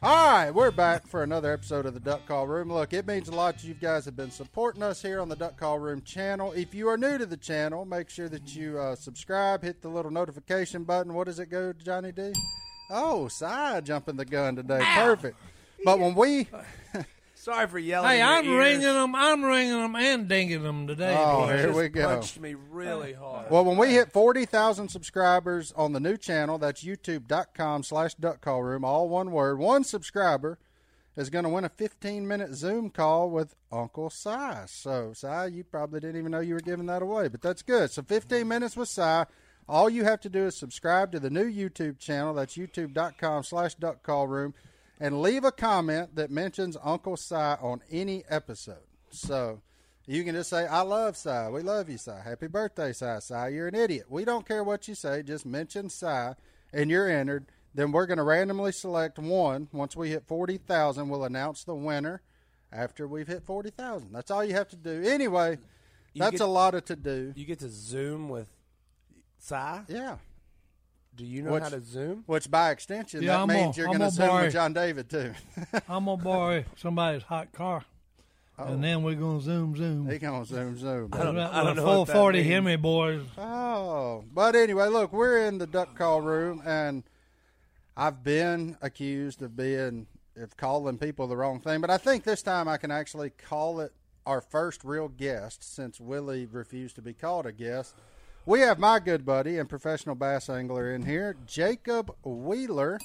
All right, we're back for another episode of the Duck Call Room. Look, it means a lot to you guys have been supporting us here on the Duck Call Room channel. If you are new to the channel, make sure that you uh, subscribe, hit the little notification button. What does it go, Johnny D? Oh, side jumping the gun today. Perfect. But when we Sorry for yelling. Hey, in your I'm ears. ringing them. I'm ringing them and dinging them today. Oh, boys. here we Just go. Punched me really hard. Well, when we hit 40,000 subscribers on the new channel, that's youtube.com slash duck call room, all one word, one subscriber is going to win a 15 minute Zoom call with Uncle Si. So, Si, you probably didn't even know you were giving that away, but that's good. So, 15 minutes with Si. All you have to do is subscribe to the new YouTube channel. That's youtube.com slash duck call room and leave a comment that mentions Uncle Si on any episode. So, you can just say, I love Cy. We love you, Cy. Happy birthday, Cy. Cy, you're an idiot. We don't care what you say. Just mention Cy and you're entered. Then we're going to randomly select one. Once we hit 40,000, we'll announce the winner after we've hit 40,000. That's all you have to do. Anyway, that's get- a lot of to do. You get to Zoom with Cy. yeah. Do you know What's- how to Zoom? Which by extension, Yeah, that I'm means a- you're I'm going to a Zoom boy. with John David, too. I'm gonna borrow somebody's hot car, and then we're gonna zoom zoom. He's going to Zoom, Zoom. I don't- With a- I don't with a know what that 440 means. Hemi boys. Oh, but anyway, look, we're in the duck call room, and I've been accused of being of calling people the wrong thing, but I think this time I can actually call it our first real guest since Willie refused to be called a guest. We have my good buddy and professional bass angler in here, Jacob Wheeler,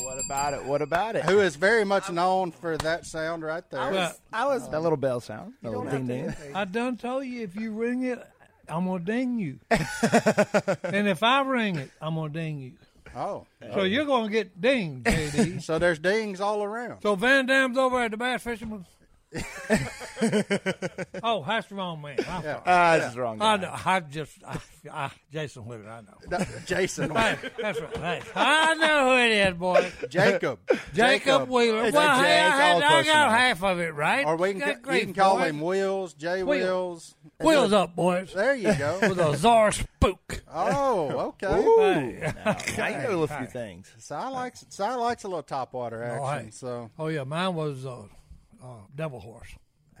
What about it? What about it? who is very much known for that sound right there. Well, I was. That little bell sound. That little ding ding. I done told you if you ring it, I'm gonna ding you, and if I ring it, I'm gonna ding you. oh, So you're gonna get dinged, JD. so there's dings all around. so Van Dam's over at the bass fisherman. oh, that's the wrong man. I, Ah, this is wrong. I guy. know. I just, I, I, Jason Wheeler. I know. Jason, Hey, that's right. Hey, I know who it is, boy. Jacob, Jacob Wheeler. well, a J. hey, I, It's had, all I close got enough. half of it right. Or we can, Good you grief, can call boys. him Wheels, J Wheels. Wheels up, boys. There you go. With a czar spook. oh, okay. Hey. I know a few things. Si likes Si likes a little top water action, right. so Oh, yeah, mine was uh, uh, Devil Horse,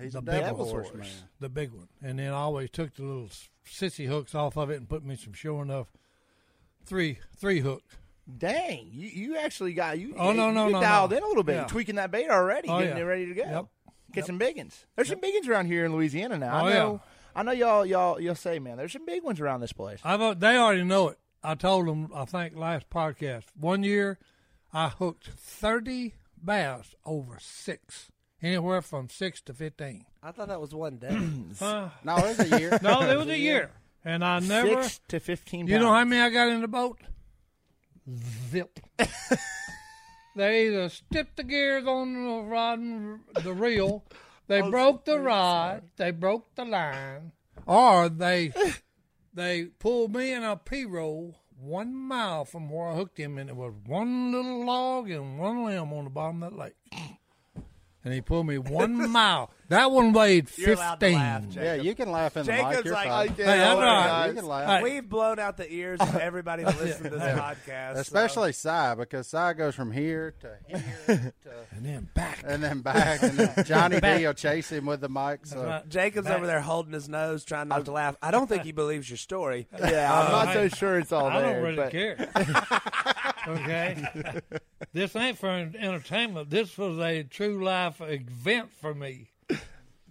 he's The a devil devil's horse, horse. man. the big one. And then I always took the little s- sissy hooks off of it and put me some sure enough three three hook. Dang, you, you actually got you. Oh, you, no, no, you no, dialed no. in a little bit, Yeah. tweaking that bait already, Oh, getting yeah. it ready to go. Yep. Get some big ones. There's some big ones around here in Louisiana now. Oh, I yeah. know. I know y'all y'all you'll say, man, there's some big ones around this place. I've, uh, they already know it. I told them, I think, last podcast. One year, I hooked 30 bass over six, anywhere from six to 15. I thought that was one day. Huh? No, it's a year. No, Oh, it was a year. And I never. Six to fifteen. You know how pounds. many I got in the boat? Zip. they either stepped the gears on the rod and the reel, they broke the rod, they broke the line, or they they pulled me in a P roll one mile from where I hooked him, and it was one little log and one limb on the bottom of that lake. And he pulled me one mile. That one weighed 15 You're allowed to laugh, Jack. yeah, you can laugh in the mic. Jacob's You're like, fine. I did Hey, that's all right. You can laugh, Hey. We've blown out the ears of everybody that listens to this podcast. Um, so- especially Si because Si goes from here to here And then back. and then back, and then Johnny D will chase him with the mic. So right. Jacob's over there holding his nose, trying not to laugh. I don't think he believes your story. Yeah, I'm not Oh, hey, so sure it's all I there. don't really but care. okay, this ain't for entertainment. This was a true life event for me.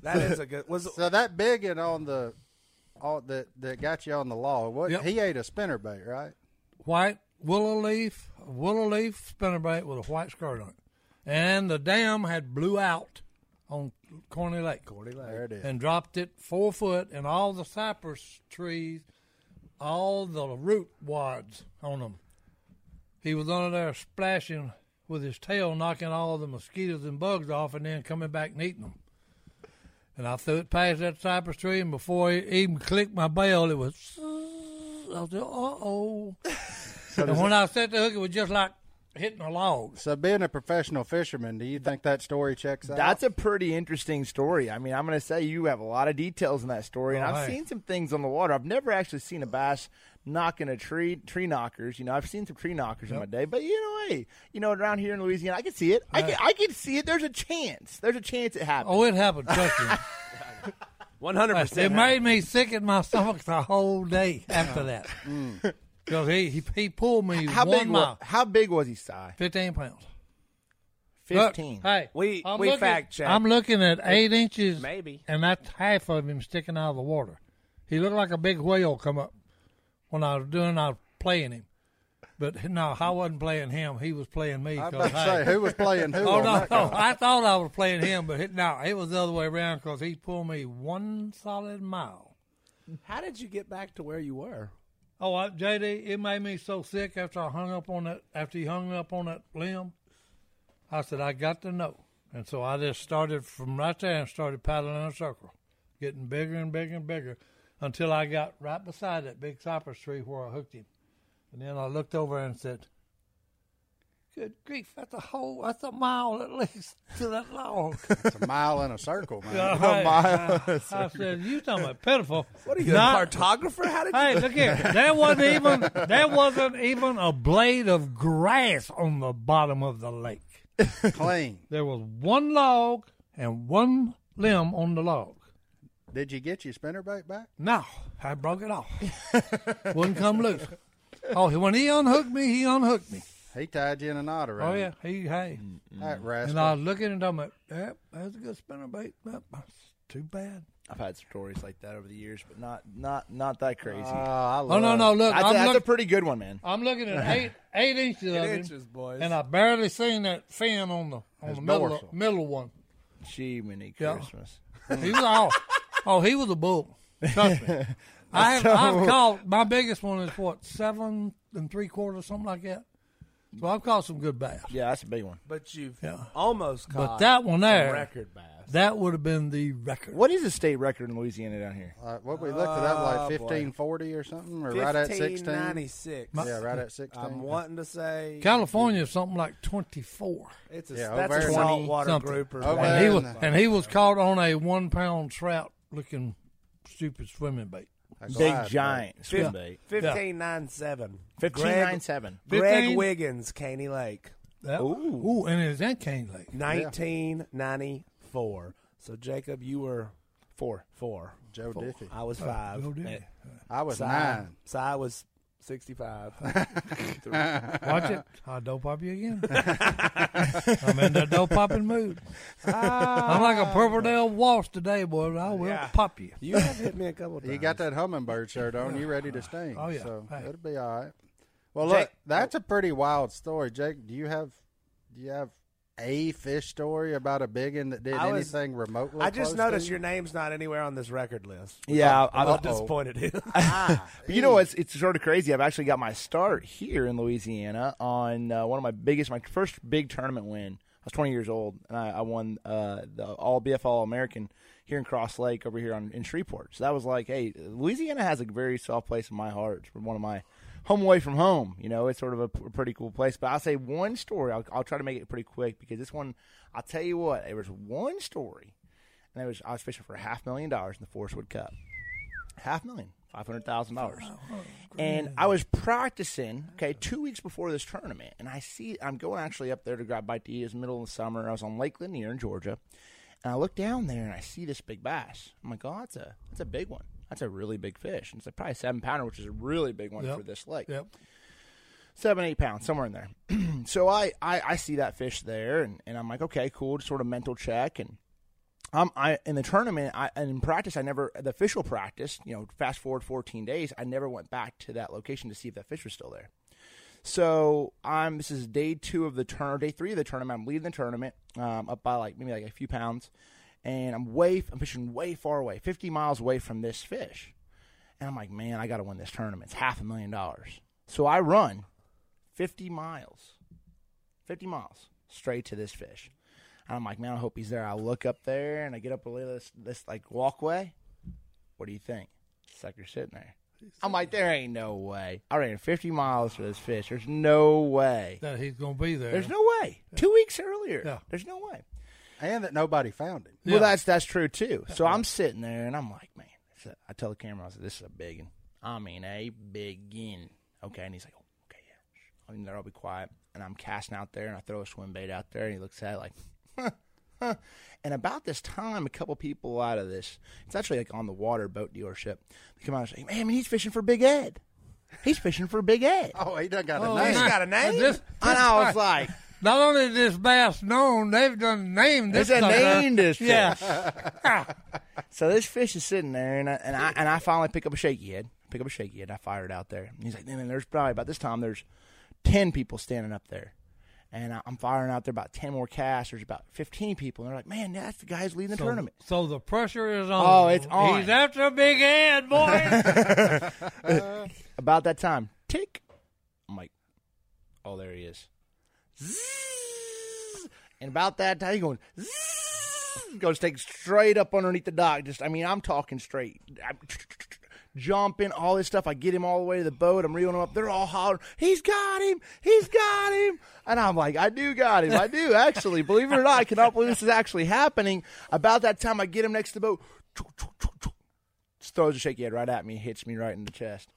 That is a good. Was so that biggin on the all that that got you on the law. What Yep. he ate a spinnerbait, right? White willow leaf, willow leaf spinnerbait with a white skirt on it, and the dam had blew out on Corny Lake. Corny Lake. There it is. and dropped it four foot, and all the cypress trees, all the root wads on them. He was under there splashing with his tail, knocking all the mosquitoes and bugs off, and then coming back and eating them. And I threw it past that cypress tree, and before he even clicked my bell, it was. I was like, uh oh. and when I set the hook, it was just like hitting a log. So, being a professional fisherman, do you think that story checks out? That's a pretty interesting story. I mean, I'm going to say you have a lot of details in that story, and Oh, I've hey. seen some things on the water. I've never actually seen a bass knocking a tree, tree knockers. You know, I've seen some tree knockers in my day, but you know, hey, you know, around here in Louisiana, I can see it. I can, I can see it. There's a chance. There's a chance it happened. Oh, it happened, trust me. One hundred It percent. made me sick in my stomach the whole day after that. Because he, he he pulled me how Oh, one big? Was, mile, how big was he, Si? fifteen pounds. Look, Fifteen. hey, We- I'm we looking- fact-checked. I'm looking at eight inches, maybe. and that's half of him sticking out of the water. He looked like a big whale come up when I was doing. I was playing him, but no, I wasn't playing him. He was playing me. I'm 'cause, about to hey, say, who was playing who? Oh on no, that no! call? I thought I was playing him, but it, no, it was the other way around because he pulled me one solid mile. How did you get back to where you were? Oh, I, JD, it made me so sick after I hung up on that. After he hung up on that limb, I said I got to know, and so I just started from right there and started paddling in a circle, getting bigger and bigger and bigger, until I got right beside that big cypress tree where I hooked him, and then I looked over and said, "Good grief, that's a whole, that's a mile at least to that log." It's a mile in a circle, man. I, Uh, I said, "You talking about pitiful? What Are you a cartographer? How did you? Hey, look here. There wasn't even there wasn't even a blade of grass on the bottom of the lake. Clean. There was one log and one limb on the log. Did you get your spinnerbait back? No, I broke it off. Wouldn't come loose. Oh, when he unhooked me, he unhooked me. He tied you in a knot around. Oh it. yeah, he hey. That And rascal. I was looking and I'm like, yep, that's a good spinnerbait. Yep, that's too bad. I've had stories like that over the years, but not not not that crazy. Oh, I Oh no, love- no, look, that's a, I'm that's a looking. pretty good one, man. I'm looking at eight eight inches of him, inches, boys. and I barely seen that fin on the on His the middle, dorsal. middle one. Gee, many Yeah. Christmas. He was oh, oh, he was a bull. Trust me. I have, I've caught my biggest one is what seven and three quarters, something like that. So I've caught some good bass. Yeah, that's a big one. But you've Yeah. almost caught. But that one Ah, some there- record bass. That would have been the record. What is the state record in Louisiana down here? Uh, what we looked it up like fifteen forty or something, or right at sixteen. 1596. Yeah, right at sixteen. I'm wanting to say California is something like twenty four. It's a Yeah, that's over a in- saltwater Something. grouper. Over And he in- was and he was caught on a one pound trout looking stupid swimming bait. A Big glide, giant swim bait. Fifteen nine seven. Fifteen nine seven. Greg 15? Wiggins, Caney Lake, That, Ooh. ooh, and it was in Cane Lake. nineteen ninety four. So Jacob, you were Four. four. Joe Diffie. I was five. Oh, dear. I was Si, nine. Si was sixty five. Watch it. I'll dope pop you again. I'm in that dope popping mood. Ah. I'm like a purple Dale waltz today, boy. I will Yeah. pop you. You have hit me a couple times. You got that hummingbird shirt on. You ready to sting? Oh, yeah. So Hey. it'll be all right. Well, Jake- look, that's a pretty wild story, Jake. Do you have, do you have a fish story about a big one that did I was- anything remotely? I just close to noticed you? your name's not anywhere on this record list. Yeah, I- I'm I- not disappointed. in you. But you know, it's it's sort of crazy. I've actually got my start here in Louisiana on uh, one of my biggest, my first big tournament win. I was 20 years old, and I, I won uh, the All BF All American here in Cross Lake over here on, in Shreveport. So that was like, hey, Louisiana has a very soft place in my heart. It's one of my home away from home. You know, it's sort of a, p- pretty cool place. But I'll say one story. I'll, I'll try to make it pretty quick because this one, I'll tell you what, there was one story, and it was I was fishing for a half million dollars in the Forestwood Cup half million, five hundred thousand dollars. And I was practicing, okay, two weeks before this tournament, and I see I'm going actually up there to grab bite to eat. It's middle of the summer. I was on Lake Lanier in Georgia, and I look down there and I see this big bass. I'm like, oh, that's a that's a big one. That's a really big fish. And it's a probably seven pounder, which is a really big one Yep. for this lake Yep. seven, eight pounds, somewhere in there. so I, I, I see that fish there, and, and I'm like, okay, cool, just sort of mental check. And I'm I in the tournament, I and in practice, I never the official practice. You know, fast forward 14 days, I never went back to that location to see if that fish was still there. So I'm. This is day two of the turn, day three of the tournament. I'm leading the tournament, um, up by like maybe like a few pounds, and I'm way I'm fishing way far away, 50 miles away from this fish. And I'm like, man, I got to win this tournament. It's half a million dollars. So I run 50 miles, 50 miles straight to this fish. And I'm like, man, I hope he's there. I look up there and I get up a little this, this like walkway. What do you think? Sucker sitting there. I'm like, there ain't no way. I ran 50 miles for this fish. There's no way. that he's gonna be there. There's no way. Two weeks earlier. Yeah. There's no way. and that nobody found him. Well, that's that's true too. So I'm sitting there and I'm like, man, this is a- I tell the camera, I said, this is a big one. I mean, a big one. Okay, and he's like, okay, yeah. shh." I'm in there, I'll be quiet. And I'm casting out there and I throw a swim bait out there and he looks at it like, huh, huh. And about this time, a couple people out of this, it's actually like on the water boat dealership, they come out and say, man, man, he's fishing for Big Ed. He's fishing for Big Ed. Oh, he done got a Oh, name. He's nice. got a name? And this- And I was like, not only is this bass known, they've done named It's this. a sucker. named this fish. Yeah. So this fish is sitting there, and I, and I and I finally pick up a shaky head. Pick up a shaky head. I fire it out there. And he's like, man, there's probably about this time there's ten people standing up there, and I, I'm firing out there about ten more casts. There's about fifteen people, and they're like, man, that's the guy who's leading the tournament. So the pressure is on. Oh, it's on. He's after a big head, boy. About that time, tick. I'm like, oh, there he is. Zzzz. And about that time, he going. zzzz, Goes take straight up underneath the dock. Just, I mean, I'm talking straight. I'm jumping, all this stuff. I get him all the way to the boat. I'm reeling him up. They're all hollering, "He's got him! He's got him!" And I'm like, "I do got him! I do actually. Believe it or not, I cannot believe this is actually happening." About that time, I get him next to the boat. Just throws a shaky head right at me, hits me right in the chest.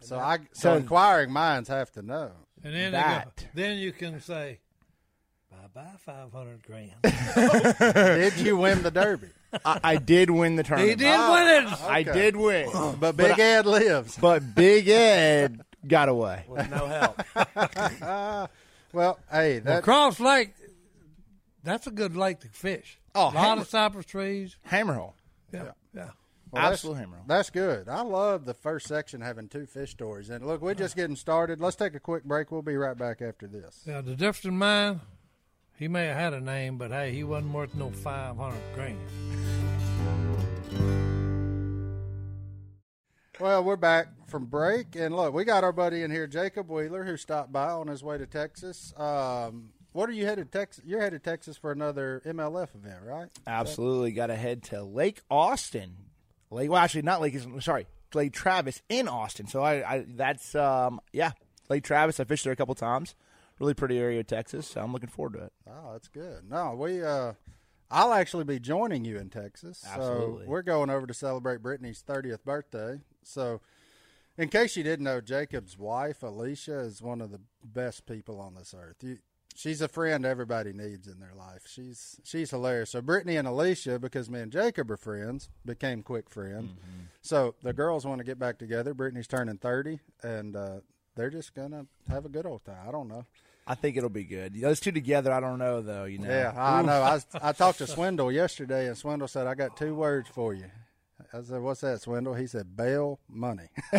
So I So- so inquiring minds have to know. and then, they go, That. then you can say, bye bye, 500 grand. Did you win the derby? I, I did win the he tournament. did win it. I did win, But Big Ed lives. but Big Ed got away. With no help. Well, hey, that Cross Lake, that's a good lake to fish. a Oh, lot hammer. of cypress trees. Hammerhole, Yeah. Yeah. well, that's- absolute hammerhole. That's good. I love the first section having two fish stories. And look, we're just getting started. Let's take a quick break. We'll be right back after this. Yeah, the difference in mine, he may have had a name, but hey, he wasn't worth no 500 grand. Well, we're back from break, and look, we got our buddy in here, Jacob Wheeler, who stopped by on his way to Texas. Um, what are you headed Texas? You're headed Texas for another MLF event, right? Absolutely, got to head to Lake Austin. Lake, well, actually, not Lake. Sorry, Lake Travis in Austin. So I, I that's um, yeah, Lake Travis. I fished there a couple times. Really pretty area of Texas. So I'm looking forward to it. Oh, that's good. No, we. Uh, I'll actually be joining you in Texas. Absolutely. So we're going over to celebrate Brittany's thirtieth birthday. So, in case you didn't know, Jacob's wife Alicia is one of the best people on this earth. You, she's a friend everybody needs in their life. She's she's hilarious. So Brittany and Alicia, because me and Jacob are friends, became quick friends. So the girls want to get back together. Brittany's turning thirty, and uh, they're just gonna have a good old time. I don't know. I think it'll be good. Those two together, I don't know though. You know, Yeah, I know. I, I talked to Swindle yesterday, and Swindle said, I got two words for you. I said, What's that, Swindle? He said, Bail money.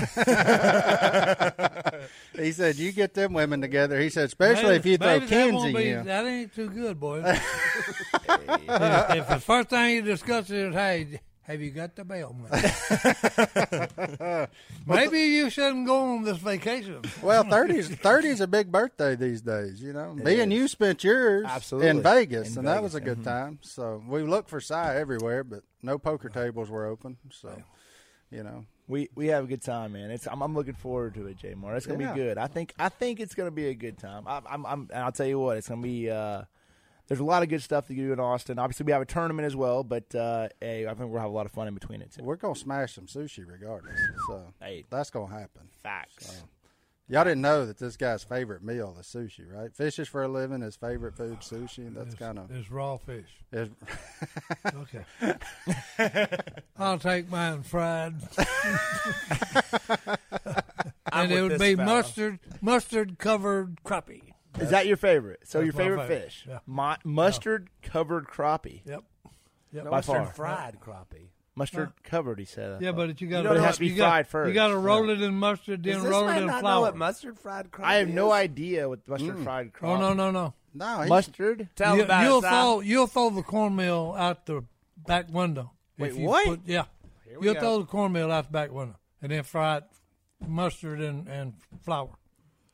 he said, You get them women together. He said, Especially if you throw Maybe that won't Kenzie be- in. That ain't too good, boy. if, if the first thing you discuss is, hey, have you got the bail money? Maybe you shouldn't go on this vacation. Well, 30's, 30's a big birthday these days, you know. Me and you spent yours Absolutely. in Vegas, In and Vegas, mm-hmm. that was a good time. So we looked for Cy everywhere, but no poker tables were open. So, you know, We we have a good time, man. It's I'm, I'm looking forward to it, J. Moore. It's gonna Yeah. be good. I think I think it's gonna be a good time. I, I'm I'm and I'll tell you what, it's gonna be. Uh, there's a lot of good stuff to do in Austin. Obviously, we have a tournament as well, but uh, hey, I think we'll have a lot of fun in between it too. we're going to smash some sushi regardless. So Hey. that's going to happen. Facts. Y'all didn't know that this guy's favorite meal is sushi, right? Fishes for a living. His favorite food, sushi. That's kind of. It's raw fish. it's- Okay. I'll take mine fried. I'm and it with would this be fella. mustard mustard covered crappie. Is that your favorite? So your my favorite, favorite. fish, Yeah. mustard covered crappie. Yep. By far. Fried crappie. Mustard covered, he said. I Yeah, thought. but you got But it has to be you got, fried You first. got to roll Yeah. it in mustard, then Does this roll it man in not know flour. what mustard fried crop I have no is? idea what mustard fried oh crop. no, no, no! No, he, mustard. Tell him You, about will it, Si. throw you'll throw the cornmeal out the back window. If Wait, you what? Put, yeah, we you'll go. throw the cornmeal out the back window, and then fry it mustard and, and flour.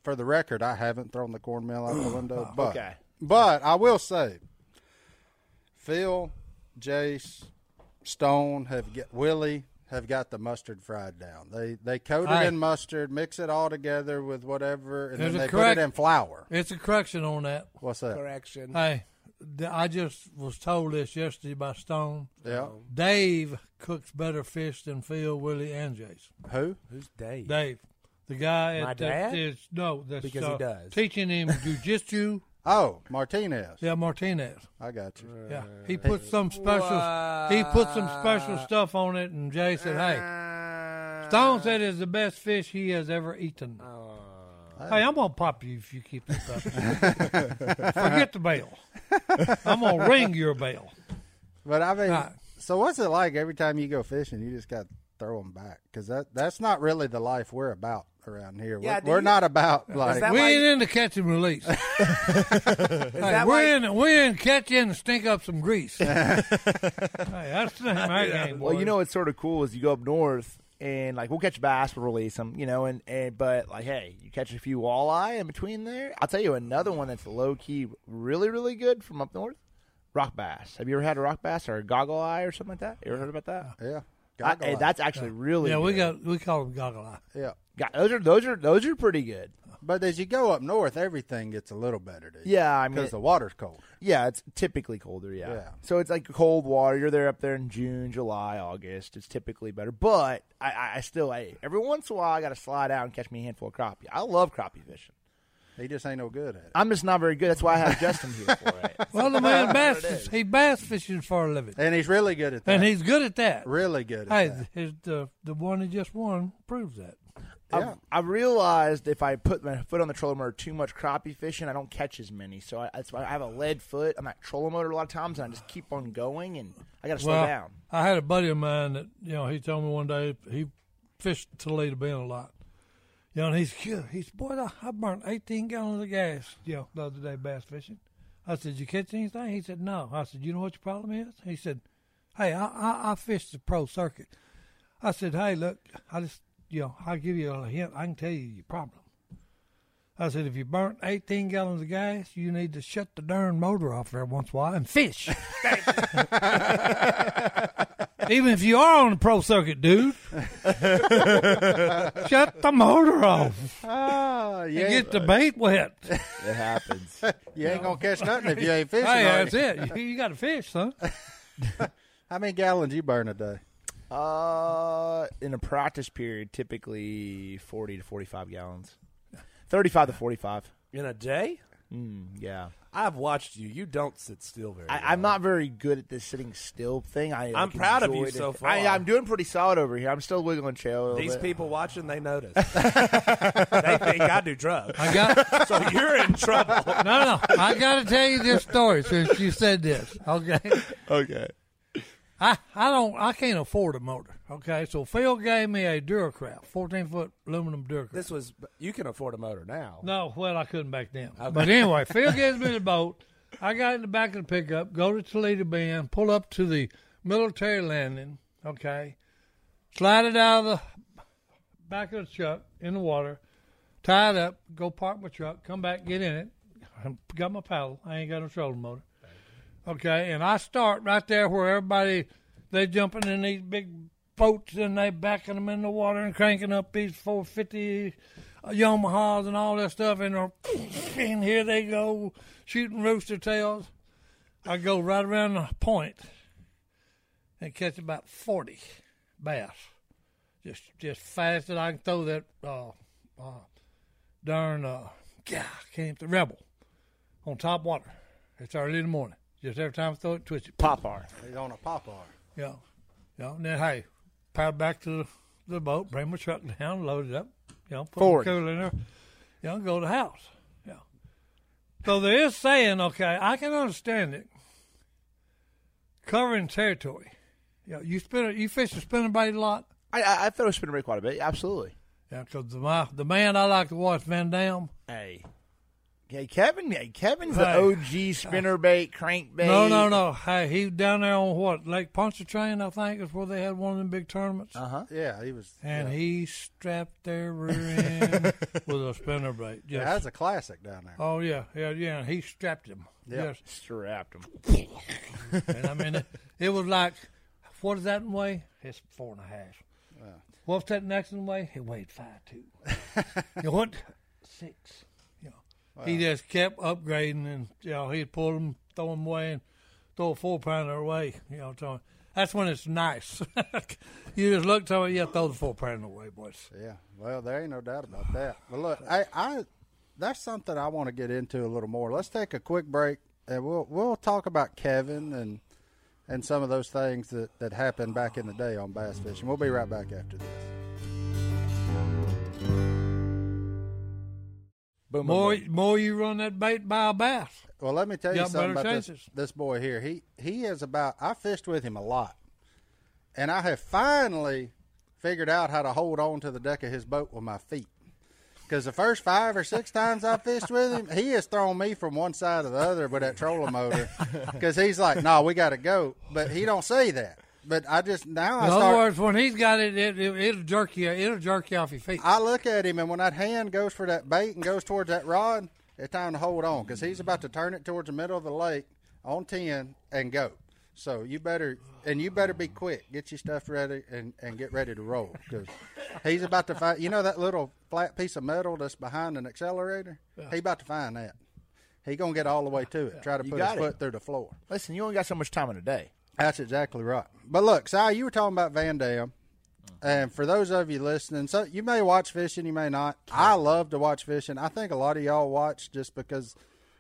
for the record, I haven't thrown the cornmeal out the window. But, Okay. but I will say, Phil, Jace, Stone have get Willie have got the mustard fried down. They they coat Aye. it in mustard, mix it all together with whatever, and There's then a they correct- put it in flour. It's a correction on that. What's that? correction. Hey, th- I just was told this yesterday by Stone. Yeah. Um, Dave cooks better fish than Phil, Willie, and Jason. Who? Who's Dave? Dave, the guy My at that dad? is no, that's Because he uh, does. teaching him jujitsu. Oh, Martinez. Yeah, Martinez. I got you. Uh, Yeah, he put some special. He put some special stuff on it, and Jay said, "Hey, Stone said it's the best fish he has ever eaten." Oh. Hey, I'm gonna pop you if you keep this up. Forget the bail. I'm gonna ring your bail. But I mean, Right. so what's it like every time you go fishing? You just got to throw them back because that that's not really the life we're about around here. Yeah, we're do we're you- not about like that We why ain't you- into catch and release. hey, that we're why- in. We're in catch in and stink up some grease. hey, that's the name of our game, boy. Well, you know what's sort of cool is you go up north and like we'll catch bass, we'll release them, you know, and, and but like hey, you catch a few walleye in between there. I'll tell you another one that's low key, really really good from up north. Rock bass. Have you ever had a rock bass or a goggle eye or something like that? You ever heard about that? yeah, I- Uh, goggle eh, hey, eye. that's actually really. yeah, we good. got we call them goggle eye. yeah. Got- those are those are those are pretty good. But as you go up north, everything gets a little better. To you. Yeah, I mean, because the water's cold. Yeah, it's typically colder. Yeah. Yeah. So it's like cold water. You're there up there in June, July, August. It's typically better, but I- I, I still I, every once in a while I got to slide out and catch me a handful of crappie. I love crappie fishing. He just ain't no good at it. I'm just not very good. That's why I have Justin here for it. Well, the man bass he bass fishing for a living, And he's really good at that. and he's good at that. really good at Hey, that. his, the the one he just won proves that. Yeah. I realized if I put my foot on the trolling motor too much crappie fishing, I don't catch as many. So I, that's why I have a lead foot. I'm at trolling motor a lot of times, and I just keep on going, and I got to slow well, down. I had a buddy of mine that you know he told me one day he fished Toledo Bend a lot. You know, and he's cute. He's boy, I, I burned eighteen gallons of gas. You know, the other day bass fishing. I said, "You catch anything?" He said, "No." I said, "You know what your problem is?" He said, "Hey, I I, I fished the pro circuit." I said, "Hey, look, I just you know I'll give you a hint. I can tell you your problem." I said, if you burnt 18 gallons of gas, you need to shut the darn motor off every once in a while and fish. Even if you are on the pro circuit, dude, shut the motor off. Ah, you and ain't, get the bait wet. hey, It happens. you ain't gonna catch nothing if you ain't fishing. are that's you? it. You, got to fish, son. How many gallons you burn a day? Uh, in a practice period, typically forty to forty-five gallons, thirty-five to forty-five. Hmm, In a day? Yeah, I've watched you. You don't sit still very. I, well. I'm not very good at this sitting still thing. I, I'm like, proud of you enjoyed it. so far. I, I'm doing pretty solid over here. I'm still wiggling tail. a little These bit. people watching, they notice. they think I do drugs. I got, So you're in trouble. no, no. I got to tell you this story since you said this, okay? Okay. I, I don't I can't afford a motor. Okay, so Phil gave me a Duracraft, fourteen foot aluminum Duracraft. This was. You can afford a motor now. no, well I couldn't back then. But anyway, Phil gives me the boat. I got in the back of the pickup, go to Toledo Bend, pull up to the military landing. Okay, slide it out of the back of the truck in the water, tie it up, go park my truck, come back, get in it. I got my paddle. I ain't got no trolling motor. Okay, and I start right there where everybody they jumping in these big boats and they backing them in the water and cranking up these 450 Yamahas and all that stuff and, they're- and here they go shooting rooster tails. I go right around the point and catch about 40 bass, just just fast that I can throw that uh, uh, darn uh, God, can't the rebel on top water. It's early in the morning. Just every time I throw it, twitch it. Pop art. He's on a pop R. Yeah. Yeah. And then, hey, paddle back to the, the boat, bring my truck down, load it up, you know, put my 40. cooler in there, you know, go to the house. Yeah. So there is saying, okay, I can understand it, covering territory Yeah, you spin it. You fish the spinning bait a lot. I, I, I throw a spinner bait quite a bit. Absolutely. Yeah, because the my, the man I like to watch, Van Dam. Hey. Hey, Kevin. Hey, Kevin's Hey. the OG spinner bait, crankbait. No, no, no. Hey, he was down there on what Lake Pontchartrain, I think, is where they had one of them big tournaments. Yeah, he was. And he strapped their rear end with a spinner bait. Yeah, Yes. that's a classic down there. Oh yeah, yeah, yeah. And he strapped him. Yep. Strapped him. Yes. And I mean, it, it was like, what is that in weigh? It's four and a half. What's that next in weigh? He weighed five two. you know what? Six. You know, he just kept upgrading, and you know, he'd pull them, throw them away, and throw a four pounder away. You know, so that's when it's nice. you just look to it, yeah, throw the four pounder away, boys. Yeah. Well, there ain't no doubt about that. But look, I, I that's something I want to get into a little more. Let's take a quick break, and we'll we'll talk about Kevin and and some of those things that that happened back in the day on bass fishing. We'll be right back after this. Boom, boom, More, boom. more you run that bait by a bass. Well, let me tell you Got something better about this, chances. this boy here. He he is about. I fished with him a lot, and I have finally figured out how to hold on to the deck of his boat with my feet. Because the first five or six times I fished with him, he has thrown me from one side to the other with that trolling motor. Because he's like, "No, we got to go," but he don't say that. But I just now I In start. other words, when he's got it, it, it it'll jerk you. It'll jerk you off your feet. I look at him, and when that hand goes for that bait and goes towards that rod, it's time to hold on because he's about to turn it towards the middle of the lake on ten and go. So you better and you better be quick. Get your stuff ready and, and get ready to roll because he's about to find. You know that little flat piece of metal that's behind an accelerator. He about to find that. He gonna get all the way to it. Try to You put his got it. foot through the floor. Listen, you only got so much time in a day. That's exactly right. But look, Si, you were talking about Van Dam. And for those of you listening, so you may watch fishing, you may not. I love to watch fishing. I think a lot of y'all watch just because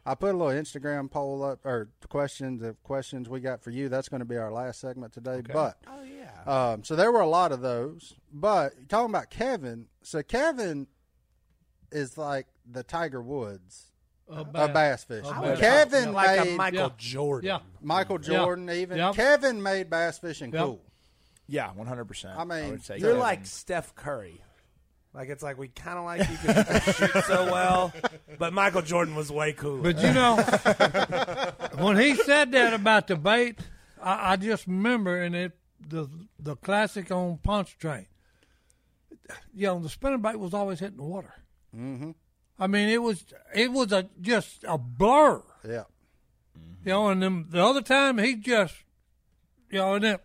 I put a little Instagram poll up or questions of questions we got for you. That's going to be our last segment today. But oh yeah, um, so there were a lot of those. But talking about Kevin, so Kevin is like the Tiger Woods A of bass fishing. I would Kevin like made a Michael Yeah. Jordan. Yeah. Michael Jordan, even Yep. Kevin made bass fishing Yep. cool. Yeah, one hundred percent. I mean, would say you're You're Kevin. like Steph Curry. Like it's like we kind of like you because you can shoot so well, but Michael Jordan was way cool. But you know, when he said that about the bait, I, I just remember and it the the classic on Ponce Train. You know, the spinning bait was always hitting the water. Mm-hmm. I mean, it was it was a just a blur. Yeah. You know, and then the other time he just, you know, and then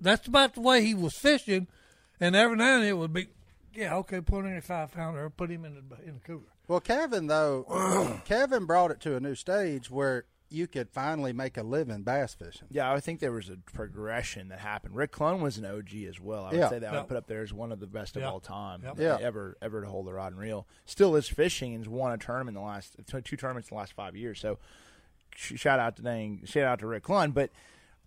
that's about the way he was fishing, and every now and then it would be, yeah, okay, put in a five pounder, put him in the in the cooler. Well, Kevin though, Kevin brought it to a new stage where you could finally make a living bass fishing. Yeah, I think there was a progression that happened. Rick Clun was an OG as well. I would Yeah. say that I Yeah. would put up there as one of the best Yeah. of all time. Yep. Yeah. Ever ever to hold the rod and reel. Still is fishing and has won a tournament in the last two two tournaments in the last five years. So sh- shout out to dang, shout out to Rick Clun. But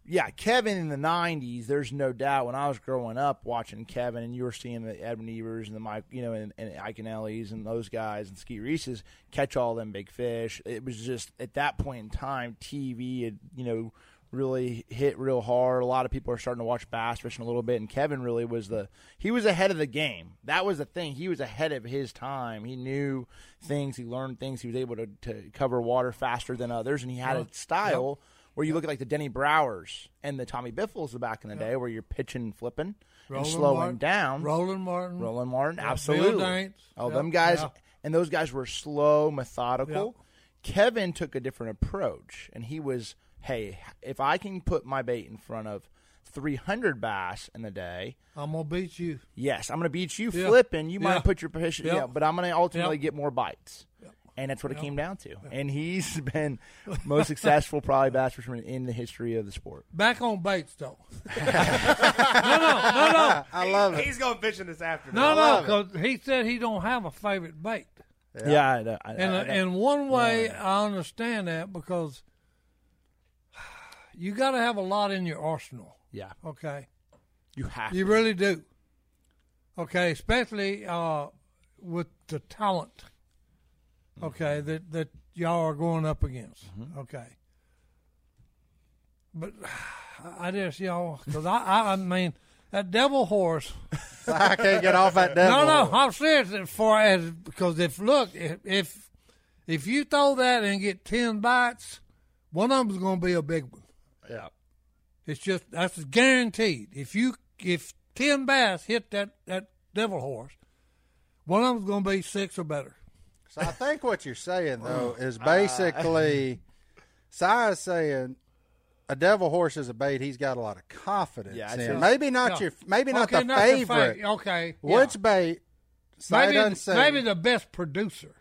yeah, Kevin in the '90s. There's no doubt. When I was growing up, watching Kevin, and you were seeing the Edwin Evers and the Mike, you know, and, and Ike and Ellie's and those guys and Skeet Reese's catch all them big fish. It was just at that point in time, TV had you know really hit real hard. A lot of people are starting to watch bass fishing a little bit, and Kevin really was the he was ahead of the game. That was the thing. He was ahead of his time. He knew things. He learned things. He was able to, to cover water faster than others, and he had a style where you look at like the Denny Browers and the Tommy Biffles back in the day, where you're pitching and flipping and slowing Martin, down. Roland Martin, Roland Martin, Yeah, Bill absolutely. Daintz. Oh, Yeah, them guys, yeah. and those guys were slow, methodical. Kevin took a different approach, and he was, hey, if I can put my bait in front of 300 bass in the day, I'm gonna beat you. yes, I'm going to beat you Yeah. flipping. You Yeah. might put your position, Yeah. yeah, but I'm going to ultimately Yeah. get more bites. And that's what it came down to. And he's been most successful, probably bass fisherman in the history of the sport. Back on baits though. no, no, no, no, I love it. He's going fishing this afternoon. no, no. Because he said he don't have a favorite bait, Yeah, I know. I, and Uh, I- I- in one way I understand that because you got to have a lot in your arsenal. yeah, Okay, you have. you to. really do. Okay, especially uh, with the talent. Okay, that that y'all are going up against. Okay, but I just, you know, because I, I, I mean, that devil horse. I can't get off that devil. No, no, I'm serious. As far as because if look, if if, if you throw that and get ten bites, one of them's going to be a big one. Yeah. It's just that's guaranteed. If you if ten bass hit that that devil horse, one of them's going to be six or better. So I think what you're saying though is Ah. basically, Sai is saying a devil horse is a bait. He's got a lot of confidence Yeah, I'd say- in. Maybe not Yeah. your, maybe not Okay, the your favorite. fa- okay, yeah. Which bait? Sai maybe done say. maybe the best producer.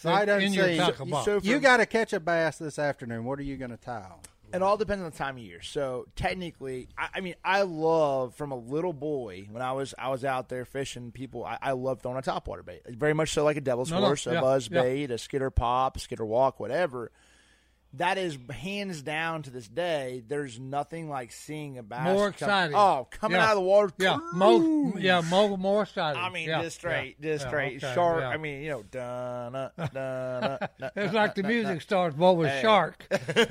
Sai done in your say. tackle box. so- You got to catch a bass this afternoon. What are you going to tie on? It all depends on the time of year. So technically, I, I mean, I love from a little boy when I was I was out there fishing. People, I, I love throwing a topwater bait, very much so like a devil's No, no, horse, a yeah, buzz yeah. bait, a skitter pop, skitter walk, whatever. That is hands down to this day. There's nothing like seeing a bass More come- exciting. oh, coming Yeah. out of the water. Yeah, more, yeah, more, more exciting. I mean, yeah. just straight, yeah, just yeah, straight okay, shark. yeah. I mean, you know, dun, uh, dun, uh, dun, it's dun, like the dun, dun. music starts. What was shark?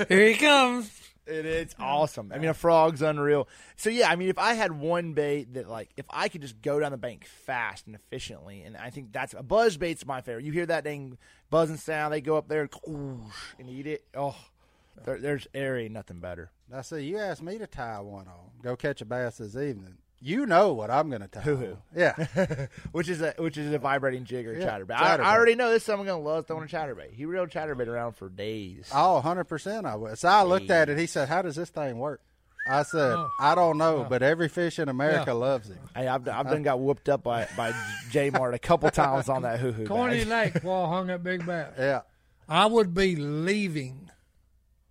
Here he comes. It, it's awesome. I mean, a frog's unreal. So yeah, I mean, if I had one bait that like, if I could just go down the bank fast and efficiently, and I think that's a buzz bait's my favorite. You hear that dang buzzing sound? They go up there and, whoosh, and eat it. Oh, there, there's there ain't nothing better. I said, you asked me to tie one on. Go catch a bass this evening. You know what I'm going to tie. on. Yeah. which is a which is a vibrating jig or Yeah, chatterbait. I, chatterbait. I already know this. Someone gonna love throwing a chatterbait. He reeled chatterbait around for days. Oh, 100% I would. So I looked at it. He said, how does this thing work? I said, I don't know, but every fish in America Oh. Yeah. loves him. Hey, I've, I've done got whooped up by by J Mart a couple times on that hoo hoo. Corny Lake, wall hung that big bass. Yeah. I would be leaving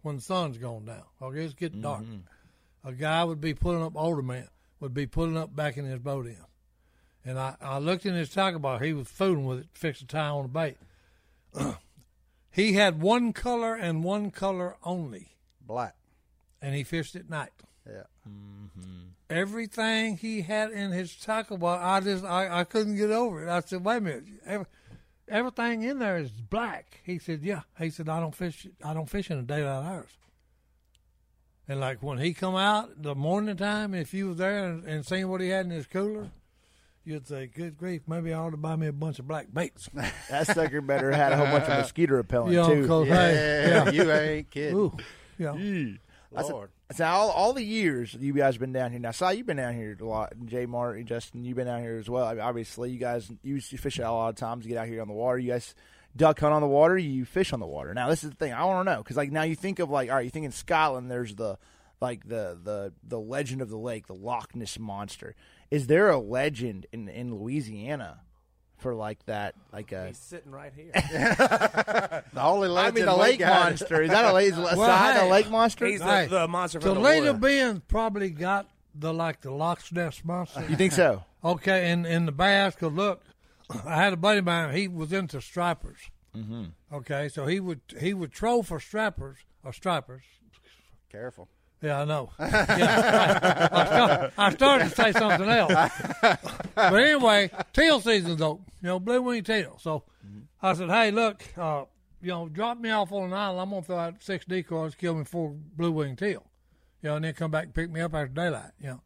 when the sun's gone down. Okay, it's getting dark. A guy would be pulling up, older man would be pulling up back in his boat in. And I, I looked in his tackle box. He was fooling with it, fixing to tie on the bait. he had one color and one color only, Black. and he fished at night. Yeah. Everything he had in his tackle box, I just I, I couldn't get over it. I said, wait a minute, every, everything in there is black. He said, yeah. He said, I don't fish. I don't fish in the daylight hours. And like when he come out the morning time, if you was there and, and seen what he had in his cooler, you'd say, good grief, maybe I ought to buy me a bunch of black baits. That sucker better had a whole bunch of mosquito repellent You know, too. 'cause, hey, Yeah, you ain't kidding. ooh, yeah. That's a- Lord. so all, all the years you guys been down here. Now, Si, you've been down here a lot. And J Mart and Justin, you've been down here as well. I mean, obviously, you guys you used to fish out a lot of times. You get out here on the water. You guys duck hunt on the water. You fish on the water. Now, this is the thing I want to know because like now you think of like all right, you think in Scotland there's the like the the the legend of the lake, the Loch Ness monster. Is there a legend in in Louisiana for like that like a He's sitting right here. The only I legend mean, the we lake got- monster. Is that a lake? Is Lasai hey, a lake monster? He's the, Hey. the monster So from the Lena water. Ben probably got the like the Loch Ness monster. you think so? Okay, and in the bass, 'cause look, I had a buddy of mine. He was into stripers. Mm-hmm. Okay, so he would he would troll for strappers or stripers. Careful. Yeah, I know. Yeah, I, start- I started to say something else, but anyway, teal season's open. You know, blue wing teal. So I said, hey, look, uh, you know, drop me off on an island. I'm gonna throw out six decoys, kill me four blue wing teal. You know, and then come back and pick me up after daylight. You know.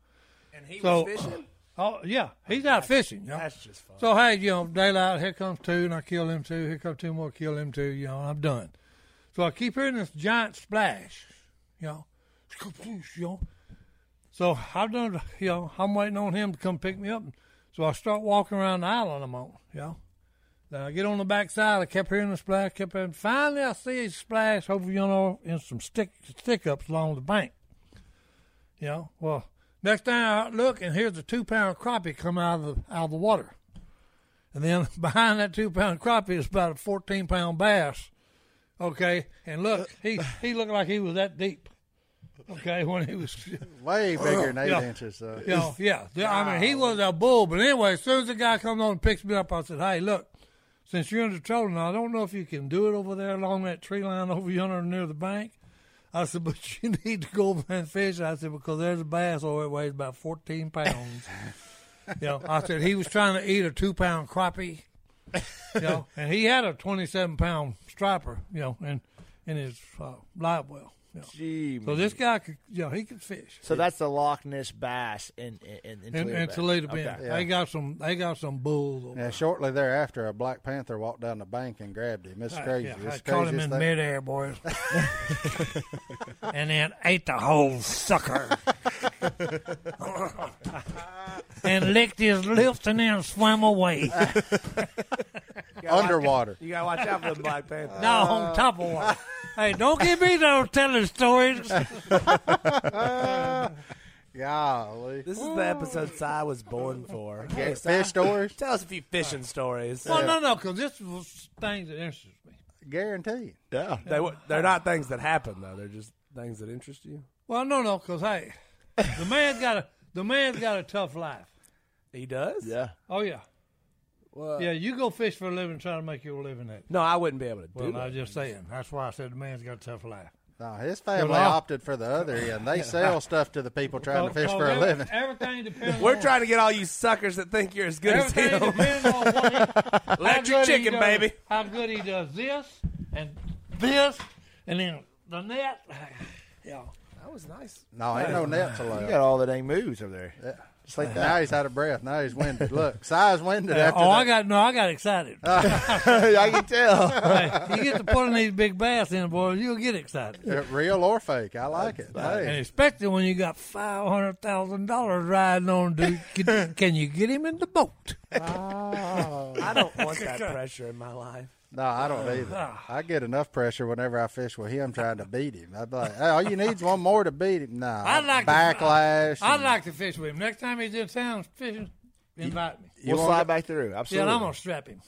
And he So- was fishing. Oh yeah, he's out fishing. You know? That's just fun. So hey, you know, daylight, here comes two, and I kill them two. Here come two more, kill them two. You know, I'm done. So I keep hearing this giant splash. You know, Skapoosh, you know. So I've done. You know, I'm waiting on him to come pick me up. So I start walking around the island I'm on. You know. Then I get on the backside. I kept hearing the splash. Kept hearing. Finally, I see a splash over you know in some stick stick ups along the bank. You know, well, next thing I look, and here's a two pound crappie come out of the, out of the water. And then behind that two pound crappie is about a 14 pound bass. Okay. And look, he, he looked like he was that deep. Okay. When he was, you Way bigger than eight Oh. Yeah. inches. So. know, yeah. I mean, he was a bull. But anyway, as soon as the guy comes on and picks me up, I said, hey, look, since you're under trouble now, I don't know if you can do it over there along that tree line over yonder near the bank. I said, but you need to go over there and fish. I said, because there's a bass over it weighs about 14 pounds. you know, I said, he was trying to eat a two pound crappie. You know, and he had a 27 pound striper, you know, in, in his uh, live well. No. Gee, So this guy could, you know, he could fish. so that's the Loch Ness bass in in in, And, and Toledo Bay. Toledo Bend, Okay. they got some, they got some bulls. Over Yeah, shortly thereafter, a Black Panther walked down the bank and grabbed him. It's there. crazy. Ah, Yeah, I it's caught him craziest in thing. midair, boys, and then ate the whole sucker, and licked his lips, and then swam away. Underwater. You gotta watch out for the Black Panther. No, on top of one. Hey, don't get me those telling stories. Golly. This is the episode Cy was born for. Hey, Si, Fish stories? Tell us a few fishing stories. Well, no, no, because this was things that interested me. Guaranteed. Yeah. They, were- they're not things that happen though. They're just things that interest you. Well, no, no, because hey, the man's got a the man's got a tough life. He does. Yeah. Oh yeah, Well, yeah. You go fish for a living, try to make your living at. it. No, I wouldn't be able to do Well, I that. was just saying. That's why I said the man's got a tough life. No, his family luck. opted for the other end. They sell stuff to the people trying to Because fish for a every- living. Everything depends. We're on, trying to get all you suckers that think you're as good as Everything him. depends on what he- how Electric good he chicken, does- baby. How good he does this and this, and then the net. Yeah. That was nice. No, ain't no nets You allowed. got all the dang moves over there. Just like that. Now he's out of breath. Now he's winded. Look, Si's winded after oh, that. Oh. I got no, I got excited. I can tell. Hey, you get to pulling these big bass in, boys, you'll get excited. Uh, Real or fake. I like it. And Hey. especially when you got five hundred thousand dollars riding on, dude. Can, can you get him in the boat? I don't want that pressure in my life. No, I don't either. I get enough pressure whenever I fish with him trying to beat him. I'd be like, hey, all you need's one more to beat him. No, I'd like to- backlash. I'd and- like to fish with him. Next time he's in town fishing, invite me. We'll won't slide get- back through. Yeah, Absolutely. and Oh, I'm gonna strap him.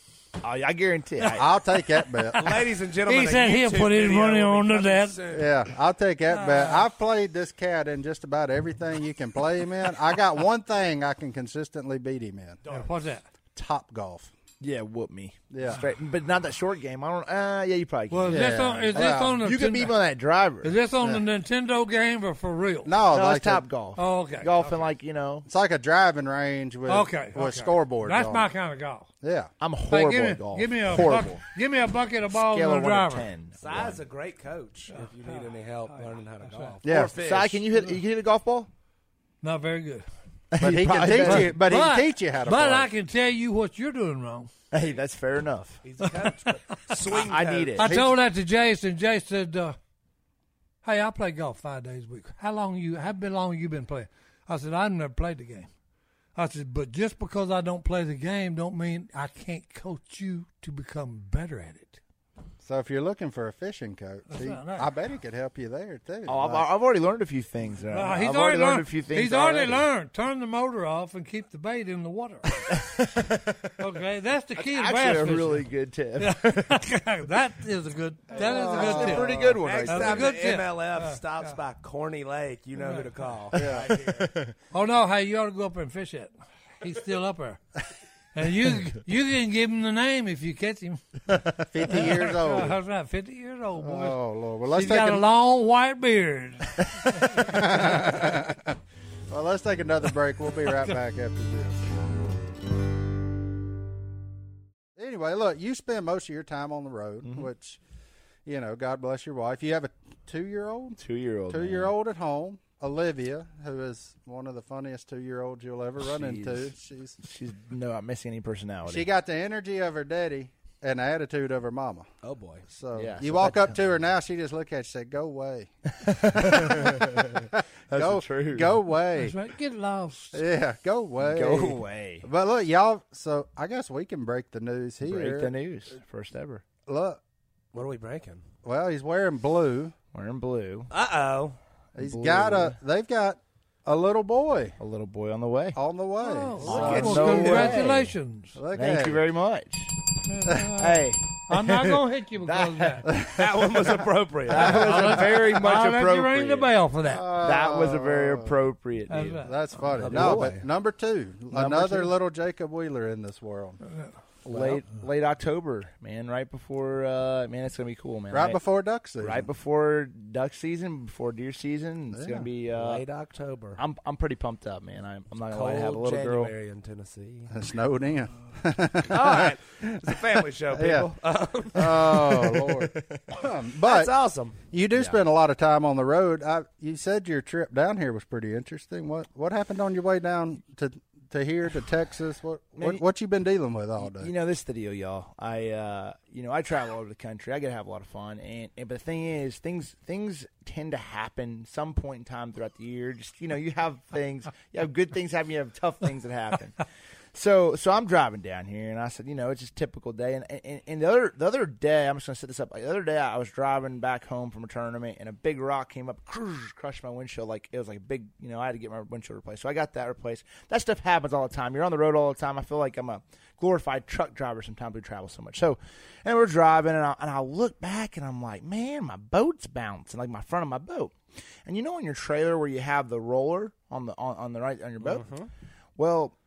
I, I guarantee. I, I'll take that bet. Ladies and gentlemen, He a said he'll YouTube put his video money will be on to coming that. soon. Yeah, I'll take that bet. I've played this cat in just about everything you can play him in. I got one thing I can consistently beat him in: What's that? top golf. yeah, whoop me. Yeah. Straight, but not that short game. I don't. Uh, yeah, you probably. Can. Well, is this Yeah. on, is this Well, on the you can beat Nintendo- me on that driver. Is this on the Nintendo game or for real? No, no, like it's top a- golf. Oh, okay. Golf and like you know, It's like a driving range with Okay. with okay. scoreboard. That's on my it. kind of golf. Yeah, I'm Hey, horrible give me, at golf. give me a horrible. bucket, give me a bucket of balls Scale and a of one driver. to ten. Si's a great coach if you need any help Oh, learning how to golf. yeah. Si, can you hit? You can hit a golf ball? Not very good. But he can probably teach better. you. But, he can teach you how to. But play. I can tell you what you're doing wrong. Hey, that's fair enough. He's a coach. but Swing I coach. need it. I told that to Jason. Jason said, uh, "Hey, I play golf five days a week. How long you? How been long you been playing?" I said, "I've never played the game." I said, "But just because I don't play the game, don't mean I can't coach you to become better at it." so if you're looking for a fishing coach, he, not right. I bet he could help you there too. Oh, I've, Like, I've already learned a few things. uh, Uh, I've already learned, a few things. He's already, learned. Turn the motor off and keep the bait in the water. okay, that's the key. to bass Actually, a fishing. really good tip. that is a good. That is a good tip. Pretty good one. Next right That's a time good the tip. MLF stops by Corny Lake, you know who to call. Oh no! Hey, you ought to go up there and fish it. He's still up there, and you you can give him the name if you catch him. Fifty years old. That's right, fifty years old boy. Oh Lord. Well, let's He's take got an- a long white beard. well, let's take another break. We'll be right back after this. Anyway, look, you spend most of your time on the road, Mm-hmm. which, you know, God bless your wife. You have a two-year-old, Two year old. two-year-old at home, Olivia, who is one of the funniest two-year-olds you'll ever run She into. is. She's She's not missing any personality. she got the energy of her daddy and the attitude of her mama. Oh boy. So Yeah, you so walk that- up to her now, she just look at you and say, "Go away, That's go, the truth. go away, That's right. Get lost. yeah, go away, go away. But look, y'all. So I guess we can break the news here. Break the news. First ever. Look, What are we breaking? well, he's wearing blue. Wearing blue. Uh oh. He's Blue. got a. They've got a little boy A little boy on the way. on the way. Oh, So, at well, no way. congratulations. look Thank at you it. very much. hey, I'm not gonna hit you because of that. That one was appropriate. that was a very much I'll let you appropriate. Uh, ring the bell for that. That was a very Oh. appropriate. That's dude. right. That's funny. No, boy. but number two, another two. little Jacob Wheeler in this world. late late October, man. Right before, uh, man, it's gonna be cool, man. Right I- before duck season. right before duck season, before deer season. It's gonna be. Uh, Late October. I'm I'm pretty pumped up, man. I'm, I'm not gonna Cold lie, I have a little girl. January in Tennessee. It snowed in. All right, it's a family show, people. Yeah. oh Lord. Um, but That's awesome. you do spend a lot of time on the road. I, you said your trip down here was pretty interesting. What what happened on your way down to to here to Texas? What what, what you been dealing with all day? You know, this is the deal, y'all. I, uh, you know, I travel all over the country. I get to have a lot of fun, and, and but the thing is, things things tend to happen some point in time throughout the year. Just you know, you have things, you have good things happen, you have tough things that happen. So, so I'm driving down here, and I said, you know, it's just typical day. And and, and the other the other day, I'm just gonna set this up. Like the other day, I was driving back home from a tournament, and a big rock came up, crushed my windshield. Like it was like a big, you know, I had to get my windshield replaced. So I got that replaced. That stuff happens all the time. You're on the road all the time. I feel like I'm a glorified truck driver sometimes we travel so much. So, and we're driving, and I, and I look back, and I'm like, man, my boat's bouncing, like my front of my boat. And you know, on your trailer where you have the roller on the on, on the right on your boat, well,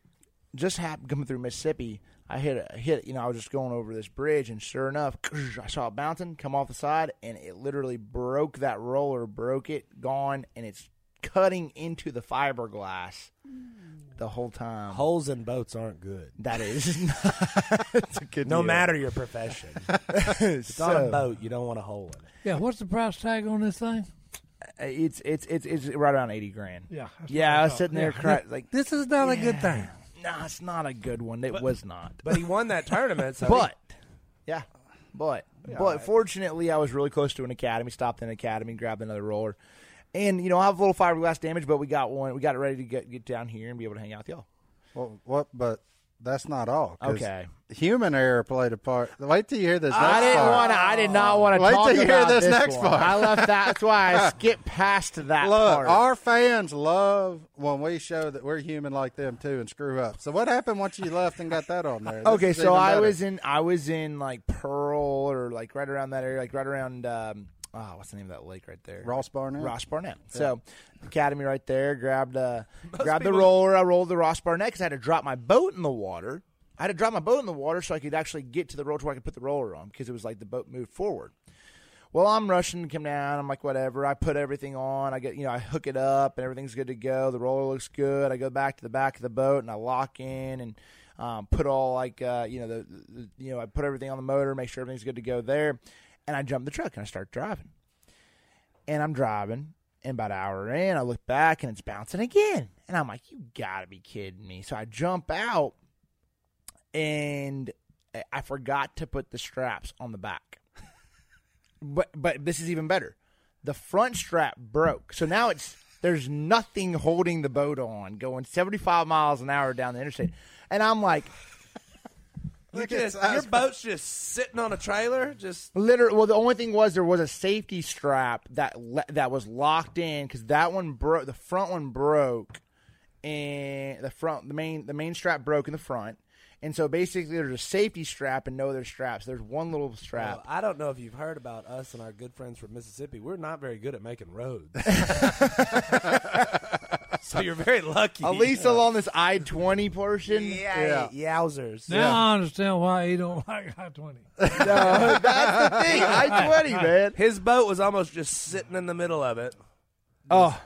just happened coming through Mississippi. I hit a hit, you know, I was just going over this bridge, and sure enough, I saw it bouncing come off the side, and it literally broke that roller, broke it, gone, and it's cutting into the fiberglass Mm. the whole time. Holes in boats aren't good. That is not a good No deal. matter your profession, it's on a So- boat. You don't want a hole in it. Yeah, what's the price tag on this thing? Uh, It's it's it's it's right around eighty grand. Yeah, that's what yeah. I I was thought. sitting there Yeah. crying like, This is not a good thing. nah, it's not a good one. It was not. But he won that tournament. So But yeah, but but fortunately, I was really close to an academy. Stopped in an academy, grabbed another roller, and you know I have a little fiberglass damage, but we got one. We got it ready to get get down here and be able to hang out with y'all. Well, what? But that's not all. 'cause Okay. Human error played a part. Wait till you hear this. next I didn't part. want to. I did not want to Wait talk till you hear about this next one. part. I left that. That's why I skipped past that Look, part. our fans love when we show that we're human like them too and screw up. So what happened once you left and got that on there? This okay is so even i better. was in i was in like pearl or like right around that area like right around um oh what's the name of that lake right there Ross Barnett? ross barnett so academy right there grabbed uh grabbed the roller i rolled the ross barnett because i had to drop my boat in the water i had to drop my boat in the water so i could actually get to the roller to where i could put the roller on because it was like the boat moved forward well, I'm rushing to come down. I'm like, whatever. I put everything on. I get, you know, I hook it up and everything's good to go. The roller looks good. I go back to the back of the boat and I lock in and um, put all like, uh, you know, the, the, you know, I put everything on the motor, make sure everything's good to go there. And I jump the truck and I start driving. And I'm driving. And about an hour in, I look back and it's bouncing again. And I'm like, you gotta be kidding me. So I jump out and I- I forgot to put the straps on the back but but this is even better. The front strap broke, so now it's there's nothing holding the boat on, going 75 miles an hour down the interstate, and I'm like, look at at this. his eyes. Your boat's just sitting on a trailer. Just literally. Well, the only thing was there was a safety strap that le- that was locked in because that one broke. The front one broke, and the front the main the main strap broke in the front, and so basically there's a safety strap and no other straps. There's one little strap. Well, I don't know if you've heard about us and our good friends from Mississippi. We're not very good at making roads. so you're very lucky. At least along this I twenty portion, Oh, Yeah, yowzers. Now I understand why he don't like I twenty. No, that's the thing. I twenty, man. His boat was almost just sitting in the middle of it. Oh.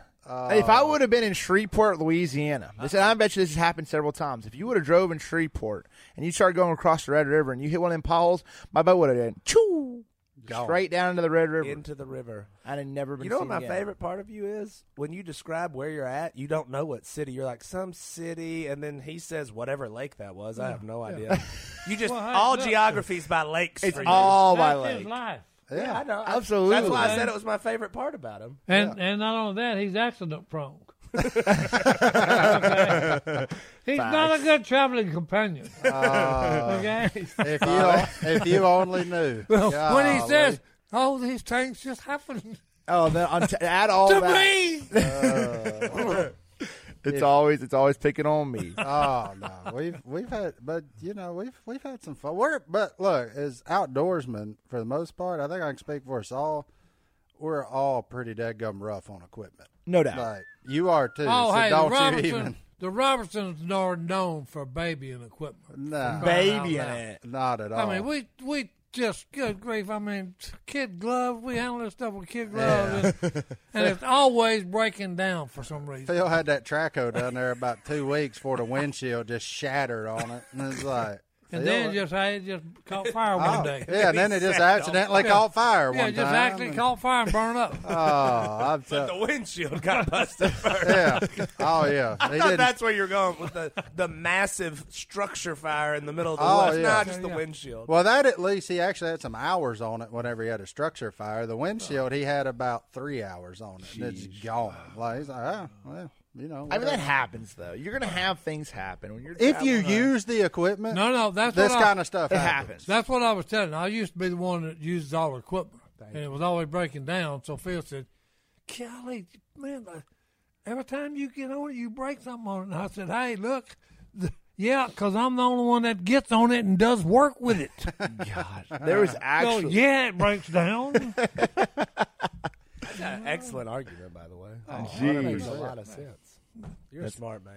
if I would have been in Shreveport, Louisiana, this, and I bet you this has happened several times. If you would have drove in Shreveport and you started going across the Red River and you hit one of them potholes, my boat would have been choo, straight down into the Red River. Into the river. I'd have never been. You know what seen my again. favorite part of you is? When you describe where you're at, you don't know what city. You're like, some city, and then he says whatever lake that was. I have no idea. You just, Well, hey, all look. geography's by lakes It's for you. all by That's his lake. life. Yeah, I know. I- Absolutely. That's why I said And- it was my favorite part about him. And and not only that, he's accident prone. He's not a good traveling companion. Ah. okay. If you if you only knew. when he Golly. says, "Oh, these things just happened Oh, then on t- add all to that. me," It's always it's always picking on me. Oh no, we've we've had, but you know we've we've had some fun. We're but look, as outdoorsmen for the most part, I think I can speak for us all. We're all pretty dadgum rough on equipment. No doubt. Like you are too. oh, so hey, don't you Robertson, even? The Robertsons are known for babying equipment. No. For crying out Baby in loud. it. Not at all. I mean, we we just good grief. I mean, kid glove. We handle this stuff with kid gloves, and, and it's always breaking down for some reason. Phil had that traco down there about two weeks before the windshield just shattered on it, and it's like. And Phil, then just hey, it just caught fire oh, one day. Yeah, and then it just Set on accidentally fire. caught fire Yeah, one just time. actually and- caught fire and burned up. Oh, I'm But tell- the windshield got busted first. yeah. Oh yeah. I He thought didn't- that's where you're going with the, the massive structure fire in the middle of the Oh, west. yeah. Not just the Yeah. windshield. Well, that at least he actually had some hours on it. Whenever he had a structure fire, the windshield he had about three hours on it. And it's gone. Like he's like, oh, well, you know. I mean, that whatever. happens though. You're gonna have things happen when you're. if you traveling around. use the equipment, No, no, that's this what I- kind of stuff it happens. happens. That's what I was telling. I used to be the one that used all the equipment, and it was always breaking down. So Phil said, "Golly, man, uh, every time you get on it, you break something on it." And I said, "Hey, look, th- yeah, because I'm the only one that gets on it and does work with it. there was so actually yeah, it breaks down. That's an excellent argument, by the way. Jeez. Makes a lot of sense. You're a smart man.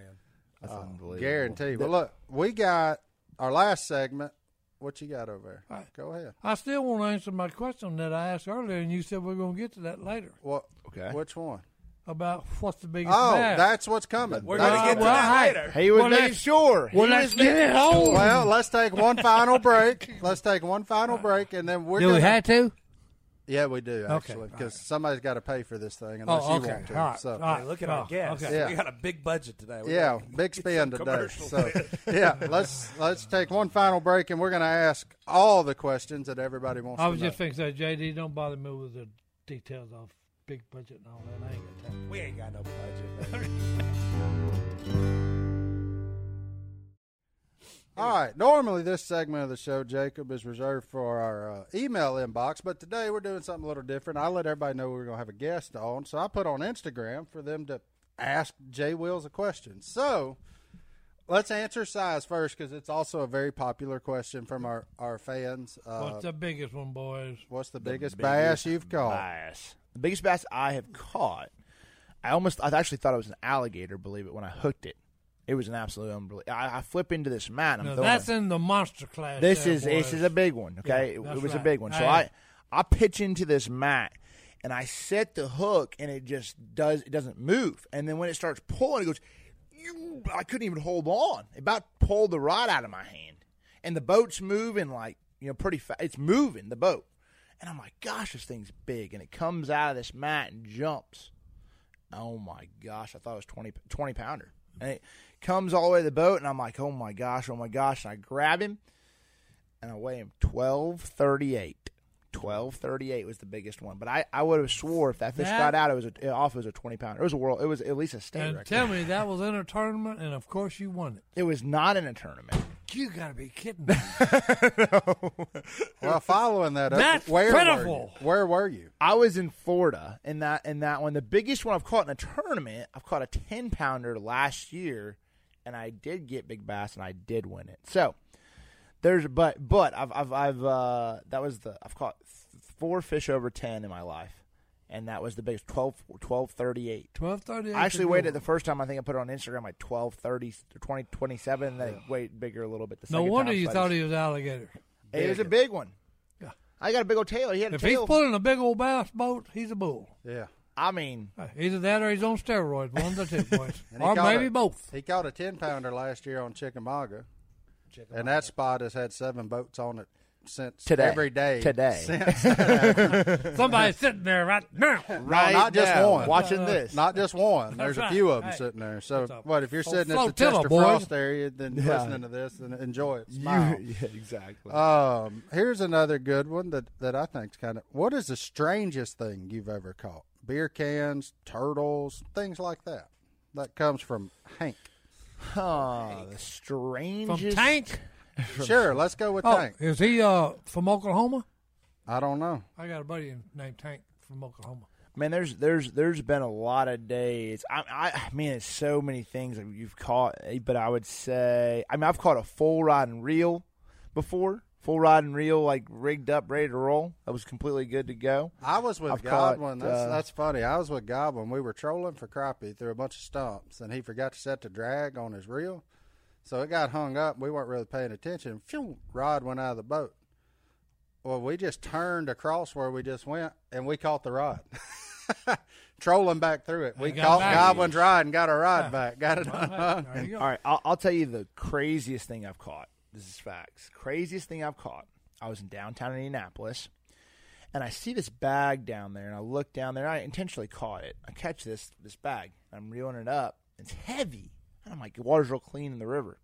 That's unbelievable. Guarantee. Well, look, we got our last segment. What you got over there? Go ahead. I still want to answer my question that I asked earlier, and you said we're going to get to that later What? Okay. Which one? about what's the biggest. Oh, bad. that's what's coming. Uh, We're That's gonna get to coming. well, that hey. later. He was Well, not let's- sure. well, He let's was not get it on. Well, let's take one final break. Let's take one final break, and then we're Do gonna. we have to? yeah, we do Okay, actually, all because somebody's got to pay for this thing unless Oh, you okay. want to. All right. So, All right. Look at our Oh, guests. okay. Yeah. We got a big budget today. We yeah, gotta big get spend some today. commercial So, wins. yeah, let's let's take one final break, and we're going to ask all the questions that everybody wants. I to was know. just thinking, JD, don't bother me with the details of big budget and all that. I ain't got time. we ain't got no budget. man. All right. Normally, this segment of the show, Jacob, is reserved for our uh, email inbox, but today we're doing something a little different. I let everybody know we were going to have a guest on, so I put on Instagram for them to ask Jay Wills a question. So let's answer size first because it's also a very popular question from our, our fans. Uh, What's the biggest one, boys? what's the biggest, bass you've caught? bass. The biggest bass I have caught. I almost, I actually thought it was an alligator. Believe it when I hooked it. It was an absolute unbelievable. I, I flip into this mat. And I'm Now, throwing that's it. in the monster class. This there, is this boys. is a big one. Okay, Yeah, It- that's it was a right. big one. So Hey. I I pitch into this mat and I set the hook and it just does it doesn't move. And then when it starts pulling, it goes. "Ew," I couldn't even hold on. It about pulled the rod out of my hand. And the boat's moving like you know pretty fast. It's moving the boat. And I'm like, gosh, this thing's big. And it comes out of this mat and jumps. Oh my gosh, I thought it was 20, 20 pounder. And it comes all the way to the boat, and I'm like, oh my gosh, oh my gosh. And I grab him, and I weigh him 1238. 1238 was the biggest one. But I, I would have swore if that fish That- got out, it was a, off, it was a 20 pounder. It was a world, it was at least a state And record. tell me that was in a tournament, and of course you won it. it was not in a tournament. You got to be kidding me. Well, following that up, That's where pitiful. were you? Where were you? I was in Florida in that in that one. The biggest one I've caught in a tournament, I've caught a ten pounder last year, and I did get big bass and I did win it. So there's but but I've I've I've uh, that was the I've caught th- four fish over ten in my life, and that was the biggest 12, 1238. 1238. I actually weighed it the first time. I think I put it on Instagram like 1230 or 20, 27, and then it weighed bigger a little bit. The No second wonder time, you so I thought just- he was alligator. it was a big one. Yeah. I got a big old tail. He had a If he's tail. pulling a big old bass boat, he's a bull. Yeah. I mean, Either that or he's on steroids. One of the two, boys, And he or caught maybe a- both. He caught a 10 pounder last year on Chickamauga. And that spot has had seven boats on it since Today. every day. Today. Since, Somebody's sitting there right now. right not just now, one. Watching this. not just one. There's a right. few of them Hey, sitting there. So, that's a what if you're whole sitting at the flotilla, Chester boy. Frost area, then listening to this, then enjoy it. Smile. exactly. Um, here's another good one that, that I think's kind of. What is the strangest thing you've ever caught? Beer cans, turtles, things like that. That comes from Hank. huh, the From strangest. Tank. Sure, let's go with Oh, Hank. is he uh, from Oklahoma? I don't know. I got a buddy named Tank from Oklahoma. Man, there's there's there's been a lot of days. I I man, it's so many things that you've caught, but I would say I mean I've caught a full rod and reel before full rod and reel, like rigged up, ready to roll. I was completely good to go. I was with I've caught, Godwin. That's, uh, that's funny. I was with Godwin. We were trolling for crappie through a bunch of stumps, and he forgot to set the drag on his reel, so it got hung up. We weren't really paying attention. Phew, rod went out of the boat. Well, we just turned across where we just went, and we caught the rod. trolling back through it, we got caught back. Godwin's rod and got our rod back. Got it unhung. There you go. All right, I'll, I'll tell you the craziest thing I've caught. This is facts. Craziest thing I've caught. I was in downtown Indianapolis, and I see this bag down there, and I look down there. And I intentionally caught it. I catch this this bag. I'm reeling it up. It's heavy. And I'm like, the water's real clean in the river.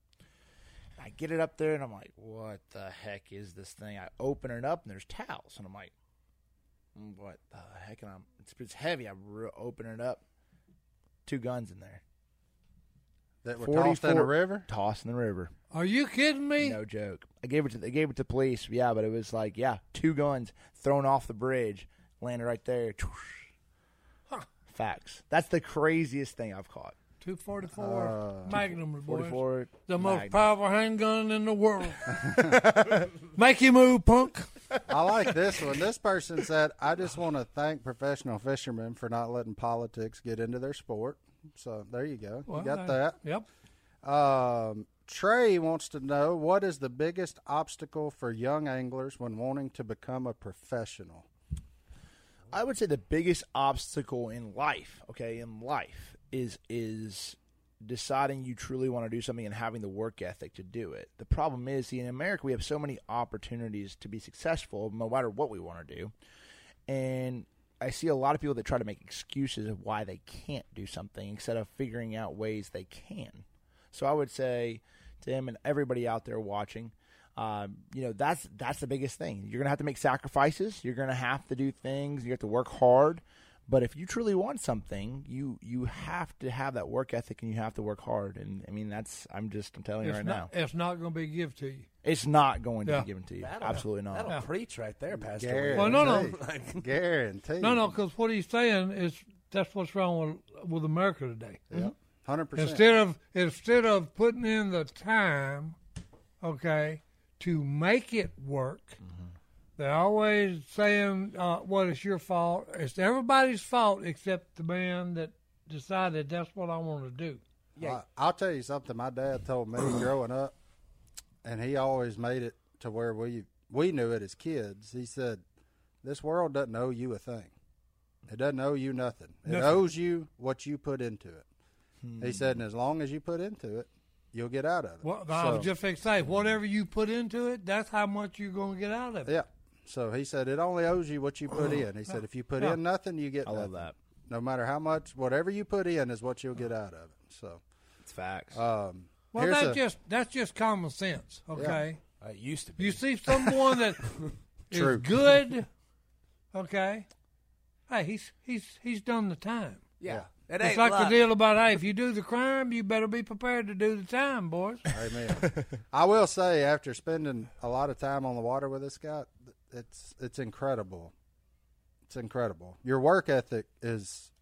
And I get it up there, and I'm like, what the heck is this thing? I open it up, and there's towels, and I'm like, "Mm, what the heck? And I'm it's, it's heavy. I re- open it up. Two guns in there. That were tossed in the 44 river. Tossed in the river. Are you kidding me? No joke. I gave it to I gave it to police. Yeah, but it was like yeah, two guns thrown off the bridge, landed right there. Facts. That's the craziest thing I've caught. 244 Magnum, boys. 44 The Uh, Magnum. most powerful handgun in the world. Make you move, punk. I like this one. This person said, I just want to thank professional fishermen for not letting politics get into their sport. So there you go. Well, you got there- Yep. that. Um, Trey wants to know what is the biggest obstacle for young anglers when wanting to become a professional? I would say the biggest obstacle in life, okay, in life is is deciding you truly want to do something and having the work ethic to do it. The problem is, see, in America, we have so many opportunities to be successful, no matter what we want to do, and I see a lot of people that try to make excuses of why they can't do something instead of figuring out ways they can. So I would say to him and everybody out there watching, um, you know, that's that's the biggest thing. You're gonna have to make sacrifices. You're gonna have to do things. You have to work hard. But if you truly want something, you you have to have that work ethic and you have to work hard. And I mean, that's I'm just I'm telling you It's right not, now, it's not going to be give to you. it's not going to Yeah. be given to you. That'll- Absolutely not. That'll preach right there, Pastor. Guaranteed. Well, no, no. Guaranteed. No, no, because what he's saying is that's what's wrong with, with America today. 100%. Instead of instead of putting in the time, okay, to make it work, Mm-hmm. they're always saying, uh, "Well, it's your fault. It's everybody's fault except the man that decided that's what I want to do." I, I'll tell you something my dad told me growing up, and he always made it to where we we knew it as kids. He said, "This world doesn't owe you a thing. It doesn't owe you nothing. It owes you what you put into it." He said, "And as long as you put into it, you'll get out of it." Hmm. Well, I was So- Mm-hmm. just fixing to say, whatever you put into it, that's how much you're going to get out of it. yeah. So he said, "It only owes you what you put in." He said, "If you put in nothing, you get I love nothing. that. No matter how much, whatever you put in is what you'll get out of it." So, It's facts. um, Well, here's that's a- just that's just common sense. Okay, Uh, It used to be. you see someone that is True. good, okay. Hey, he's he's he's done the time. yeah. It it's ain't like luck. the deal about hey, if you do the crime, you better be prepared to do the time, boys. Amen. I will say, after spending a lot of time on the water with this guy, th- it's it's incredible. It's incredible. Your work ethic is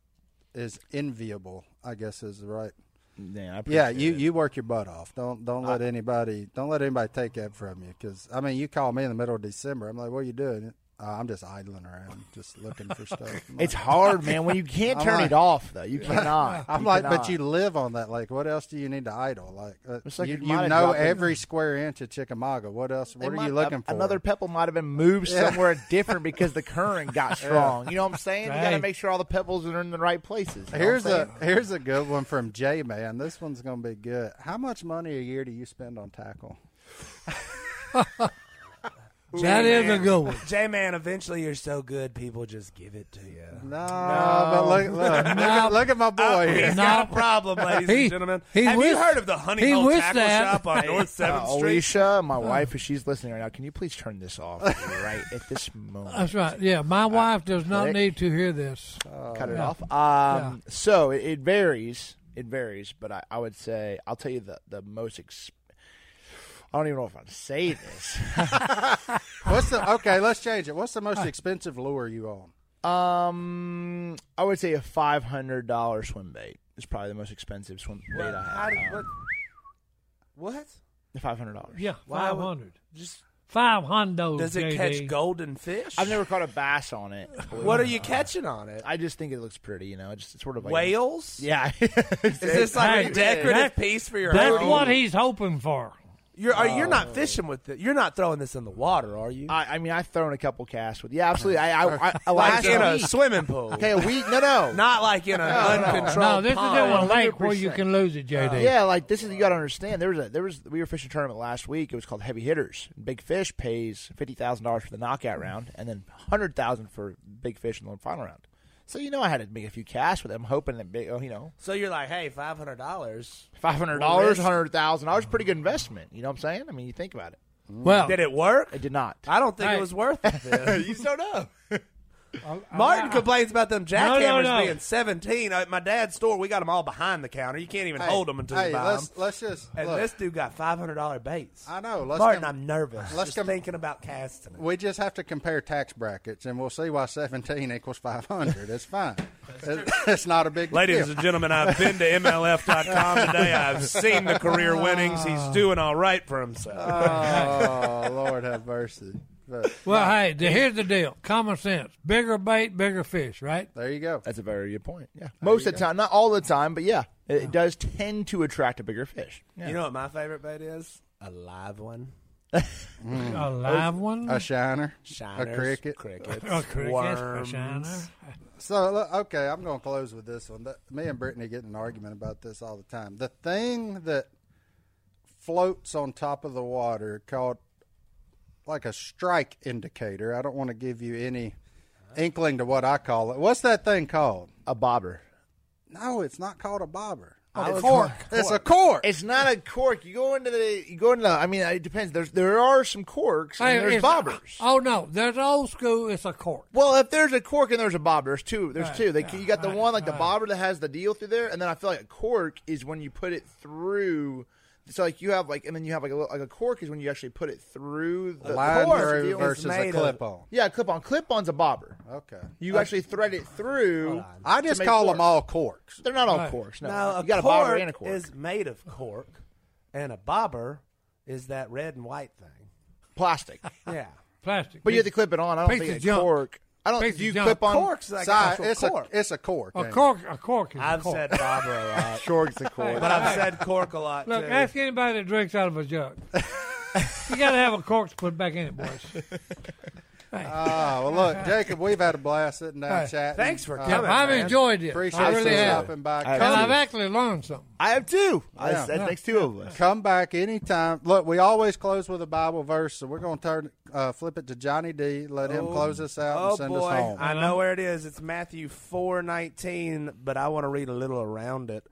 is enviable. I guess is the right. Man, I Yeah, appreciate you, it. you work your butt off. Don't don't let anybody don't let anybody take that from you. Because I mean, you call me in the middle of December. I'm like, what are you doing? Uh, I'm just idling around, just looking for stuff. I'm It's like- hard, man. When you can't I'm turn like- it off, though, you cannot. I'm like, but cannot. you live on that lake. What else do you need to idle? Like, uh, It's like you, it might you have know dropped in- every square inch of Chickamauga. What else? They What are might- you looking for? Another pebble might have been moved somewhere different because the current got strong. You know what I'm saying? You got to Hey. make sure all the pebbles are in the right places. You know Here's what I'm a here's a good one from J Man. This one's gonna be good. How much money a year do you spend on tackle? That is a good one. J Man, eventually you're so good, people just give it to you. No, but look look, look, at, look at my boy He's here. got a problem, ladies He- and gentlemen. he Have you wished- heard of the he Honey Hole wished Tackle that. Shop on North saying? Uh, Seventh Street? Alicia, my wife, if she's listening right now, can you please turn this off right at this moment? That's right. Yeah, my Uh, wife does not click. need to hear this. cut it Yeah. off. Um, So it, it varies. It varies, but I, I would say I'll tell you the the most. Exp- I don't even know if I can say this. What's the okay? Let's change it. What's the most expensive lure you own? um, I would say a five hundred dollar swim bait is probably the most expensive swim bait What? I How have. did- Um, what? What? The five hundred dollars. Yeah, Why five would- hundred. Just Five hondos. Does it JD. catch golden fish? I've never caught a bass on it. What are you catching on it? I just think it looks pretty, you know. It's just it's sort of like Whales? Yeah. Is this like Hey, a decorative that- piece for your That's home? what he's hoping for. Oh, You're are, you're Oh. not fishing with it. You're not throwing this in the water, are you? I, I mean, I've thrown a couple casts with. Yeah, absolutely. I, I, I like last in a week- swimming pool. Okay, a week. No, no. Not like in an No, uncontrolled this is pond. in a lake where you can lose it, Uh, JD. Yeah, like this is you got to understand. There was a there was we were fishing a tournament last week. It was called Heavy Hitters. Big Fish pays fifty thousand dollars for the knockout round, and then hundred thousand for Big Fish in the final round. So you know, I had to make a few casts with them, hoping that big, oh, you know, So you're like, hey, five hundred dollars. five hundred dollars, hundred thousand dollars, pretty good investment. You know what I'm saying? I mean, you think about it. Well, Did it work? It did not. I don't think Hey. it was worth it. you so know. Martin Martin, complains about them no, jackhammers no. being seventeen. At my dad's store, we got them all behind the counter. You can't even hold them until hey, you buy let's 'em. let's just And look, this dude got five hundred dollar baits. I know, let's Martin. come- I'm nervous. let's Just come- thinking about casting. It. we just have to compare tax brackets, and we'll see why seventeen equals five hundred. It's fine. It- it's not a big Ladies deal. and gentlemen, I've been to MLF.com today. I've seen the career winnings. He's doing all right for himself. Uh, oh Lord have mercy. But well, hey, the- here's the deal. Common sense. Bigger bait, bigger fish, right? there you go. That's a very good point. Yeah, most of the time, not all the time, but yeah, it, it does tend to attract a bigger fish. Yeah. You know what my favorite bait is? A live one. Mm. A live one? A shiner, Shiners, a cricket. crickets, Oh, A cricket, a worms. shiner. So look, okay, I'm going to close with this one. That- Me and Brittany get in an argument about this all the time. The thing that floats on top of the water called like a strike indicator. I don't want to give you any inkling to what I call it. What's that thing called? a bobber. No, it's not called a bobber. I A was- cork. It's a cork. It's not a cork. You go into the. You go into. The, I mean, it depends. There's there are some corks and Hey, there's it's- bobbers. Oh, no. There's old school. It's a cork. Well, if there's a cork and there's a bobber, there's two. There's Right, two. They, yeah, you got the right, one like the bobber that has the deal through there, and then I feel like a cork is when you put it through. So like you have like, and then you have like a little- like a cork is when you actually put it through the Line cork. through deal. versus a made of- clip on. Yeah, clip on. Clip on's a bobber. Okay. You actually thread it through. I to just make call corks. them all corks. They're not all Right. corks. No, Now, a you got a cork bobber and a cork. is made of cork, and a bobber is that red and white thing. plastic, Yeah. Plastic. but you have to clip it on. I don't Piece of think a junk. cork. I don't Piece think you of junk. clip on Cork's like Si- actual it's cork. a it's a cork. a ain't it? cork. A cork is a I've cork. said bobber a lot, Shorts a cork. but I've said cork a lot Look, too. ask anybody that drinks out of a jug. you got to have a cork to put back in it, boys. Ah, well, look, Jacob, we've had a blast sitting down chatting. thanks for Uh, coming. I've man. enjoyed it. Appreciate I you really have. stopping by. I- And Come- I've actually learned something. I have two. I, Yeah. that makes two of us. Come back anytime. Look, we always close with a Bible verse, so we're going to turn uh, flip it to Johnny D. Let him close us out Oh and send us boy, home. I know where it is. It's Matthew four nineteen, but I want to read a little around it,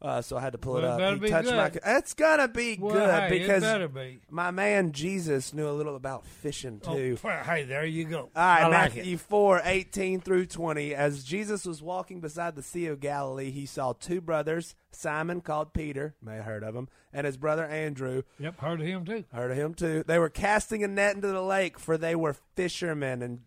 uh, so I had to pull it Well, it up. better He be touched my- good. It's gonna be Well, good hey, it because better be. my man Jesus knew a little about fishing too. Oh, hey, there you go. All right, I like Matthew it. four eighteen through 20. As Jesus was walking beside the Sea of Galilee, he saw two brothers, Simon called Peter, may have heard of him, and his brother Andrew, Yep, heard of him too. heard of him too. They were casting a net into the lake, for they were fishermen. And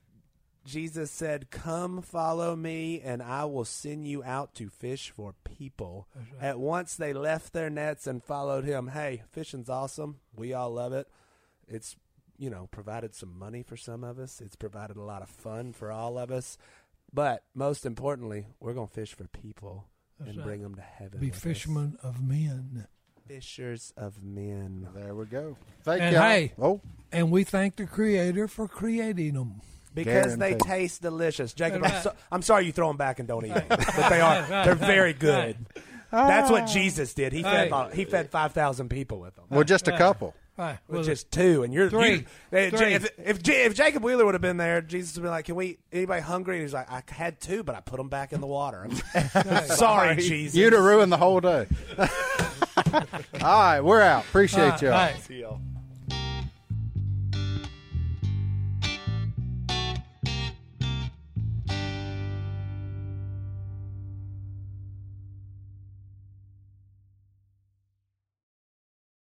Jesus said, Come follow me, and I will send you out to fish for people. At once they left their nets and followed him. Hey, fishing's awesome. We all love it. It's, you know, provided some money for some of us, it's provided a lot of fun for all of us. But most importantly, we're going to fish for people and bring them to heaven. Be with us. fishermen of men. Fishers of men. There we go. Thank And you. hey- oh, And we thank the Creator for creating them. Because they Guaranteed. taste delicious, Jacob. Right. I'm, so, I'm sorry you throw them back and don't eat them, but they are they're very good. That's what Jesus did. He fed Right. he fed five thousand people with them, well, just a couple. Right. which well, is two. And you're Three. you- they- Three. If, if J- if Jacob Wheeler would have been there, Jesus would be like, "Can we anybody hungry?" And he's like, "I had two, but I put them back in the water." I'm sorry, Jesus. You'd have ruined the whole day. all right, we're out. Appreciate all Uh, y'all. right. Deal.